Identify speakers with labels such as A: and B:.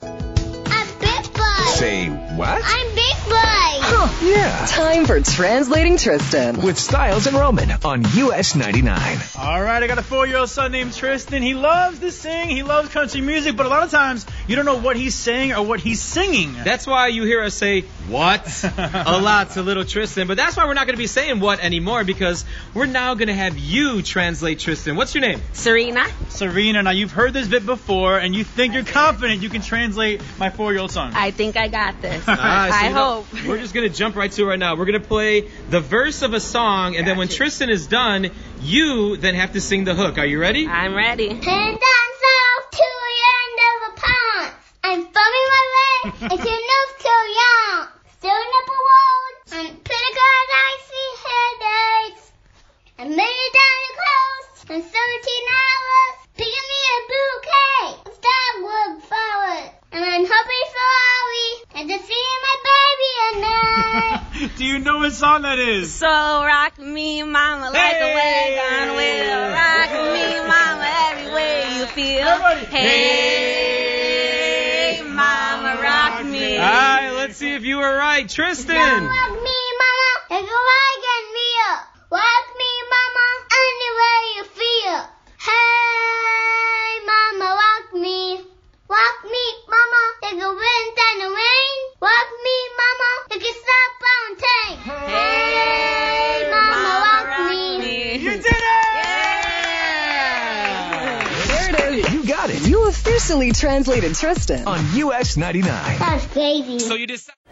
A: I'm Big Boy.
B: Say what?
A: I'm Big Boy.
B: Huh, yeah.
C: Time for translating Tristan.
B: With Styles and Roman on US 99.
D: All right, I got a four-year-old son named Tristan. He loves to sing. He loves country music, but a lot of times you don't know what he's saying or what he's singing.
E: That's why you hear us say what a lot to little Tristan, but that's why we're not going to be saying what anymore because we're now going to have you translate Tristan. What's your name?
F: Serena.
D: Serena, now you've heard this bit before, and you think you're confident you can translate my four-year-old son.
F: I think I got this.
E: Ah, so
F: I
E: you know,
F: hope.
E: We're just going to jump right to it right now. We're going to play the verse of a song, and then when
F: Gotcha.
E: Tristan is done, you then have to sing the hook. Are you ready?
F: I'm ready.
A: And down south to the end of a pond. I'm thumbing my way. It's your nose too young. Still up a road. I'm pretty glad I see headaches. A million dollar clothes. And 17 hours. Picking me a bouquet of dogwood flowers. And I'm hoping for Ollie. And to see my baby at night.
D: Do you know what song that is?
F: So rock me, mama, like a
D: Hey!
F: wagon wheel. Rock me, mama, everywhere you feel.
D: Everybody.
F: Hey, mama, rock me.
E: All right, let's see if you were right. Tristan!
A: Rock me, mama, like a wagon wheel. Rock me, mama, any way you feel. Hey, mama, rock me. Rock me, mama, like a wind and a rain. Rock me, mama, like a salt mountain. Hey, mama, rock me.
D: You did it!
B: You got it
C: You officially translated Tristan.
B: on US 99.
A: That's crazy.
E: So you decided.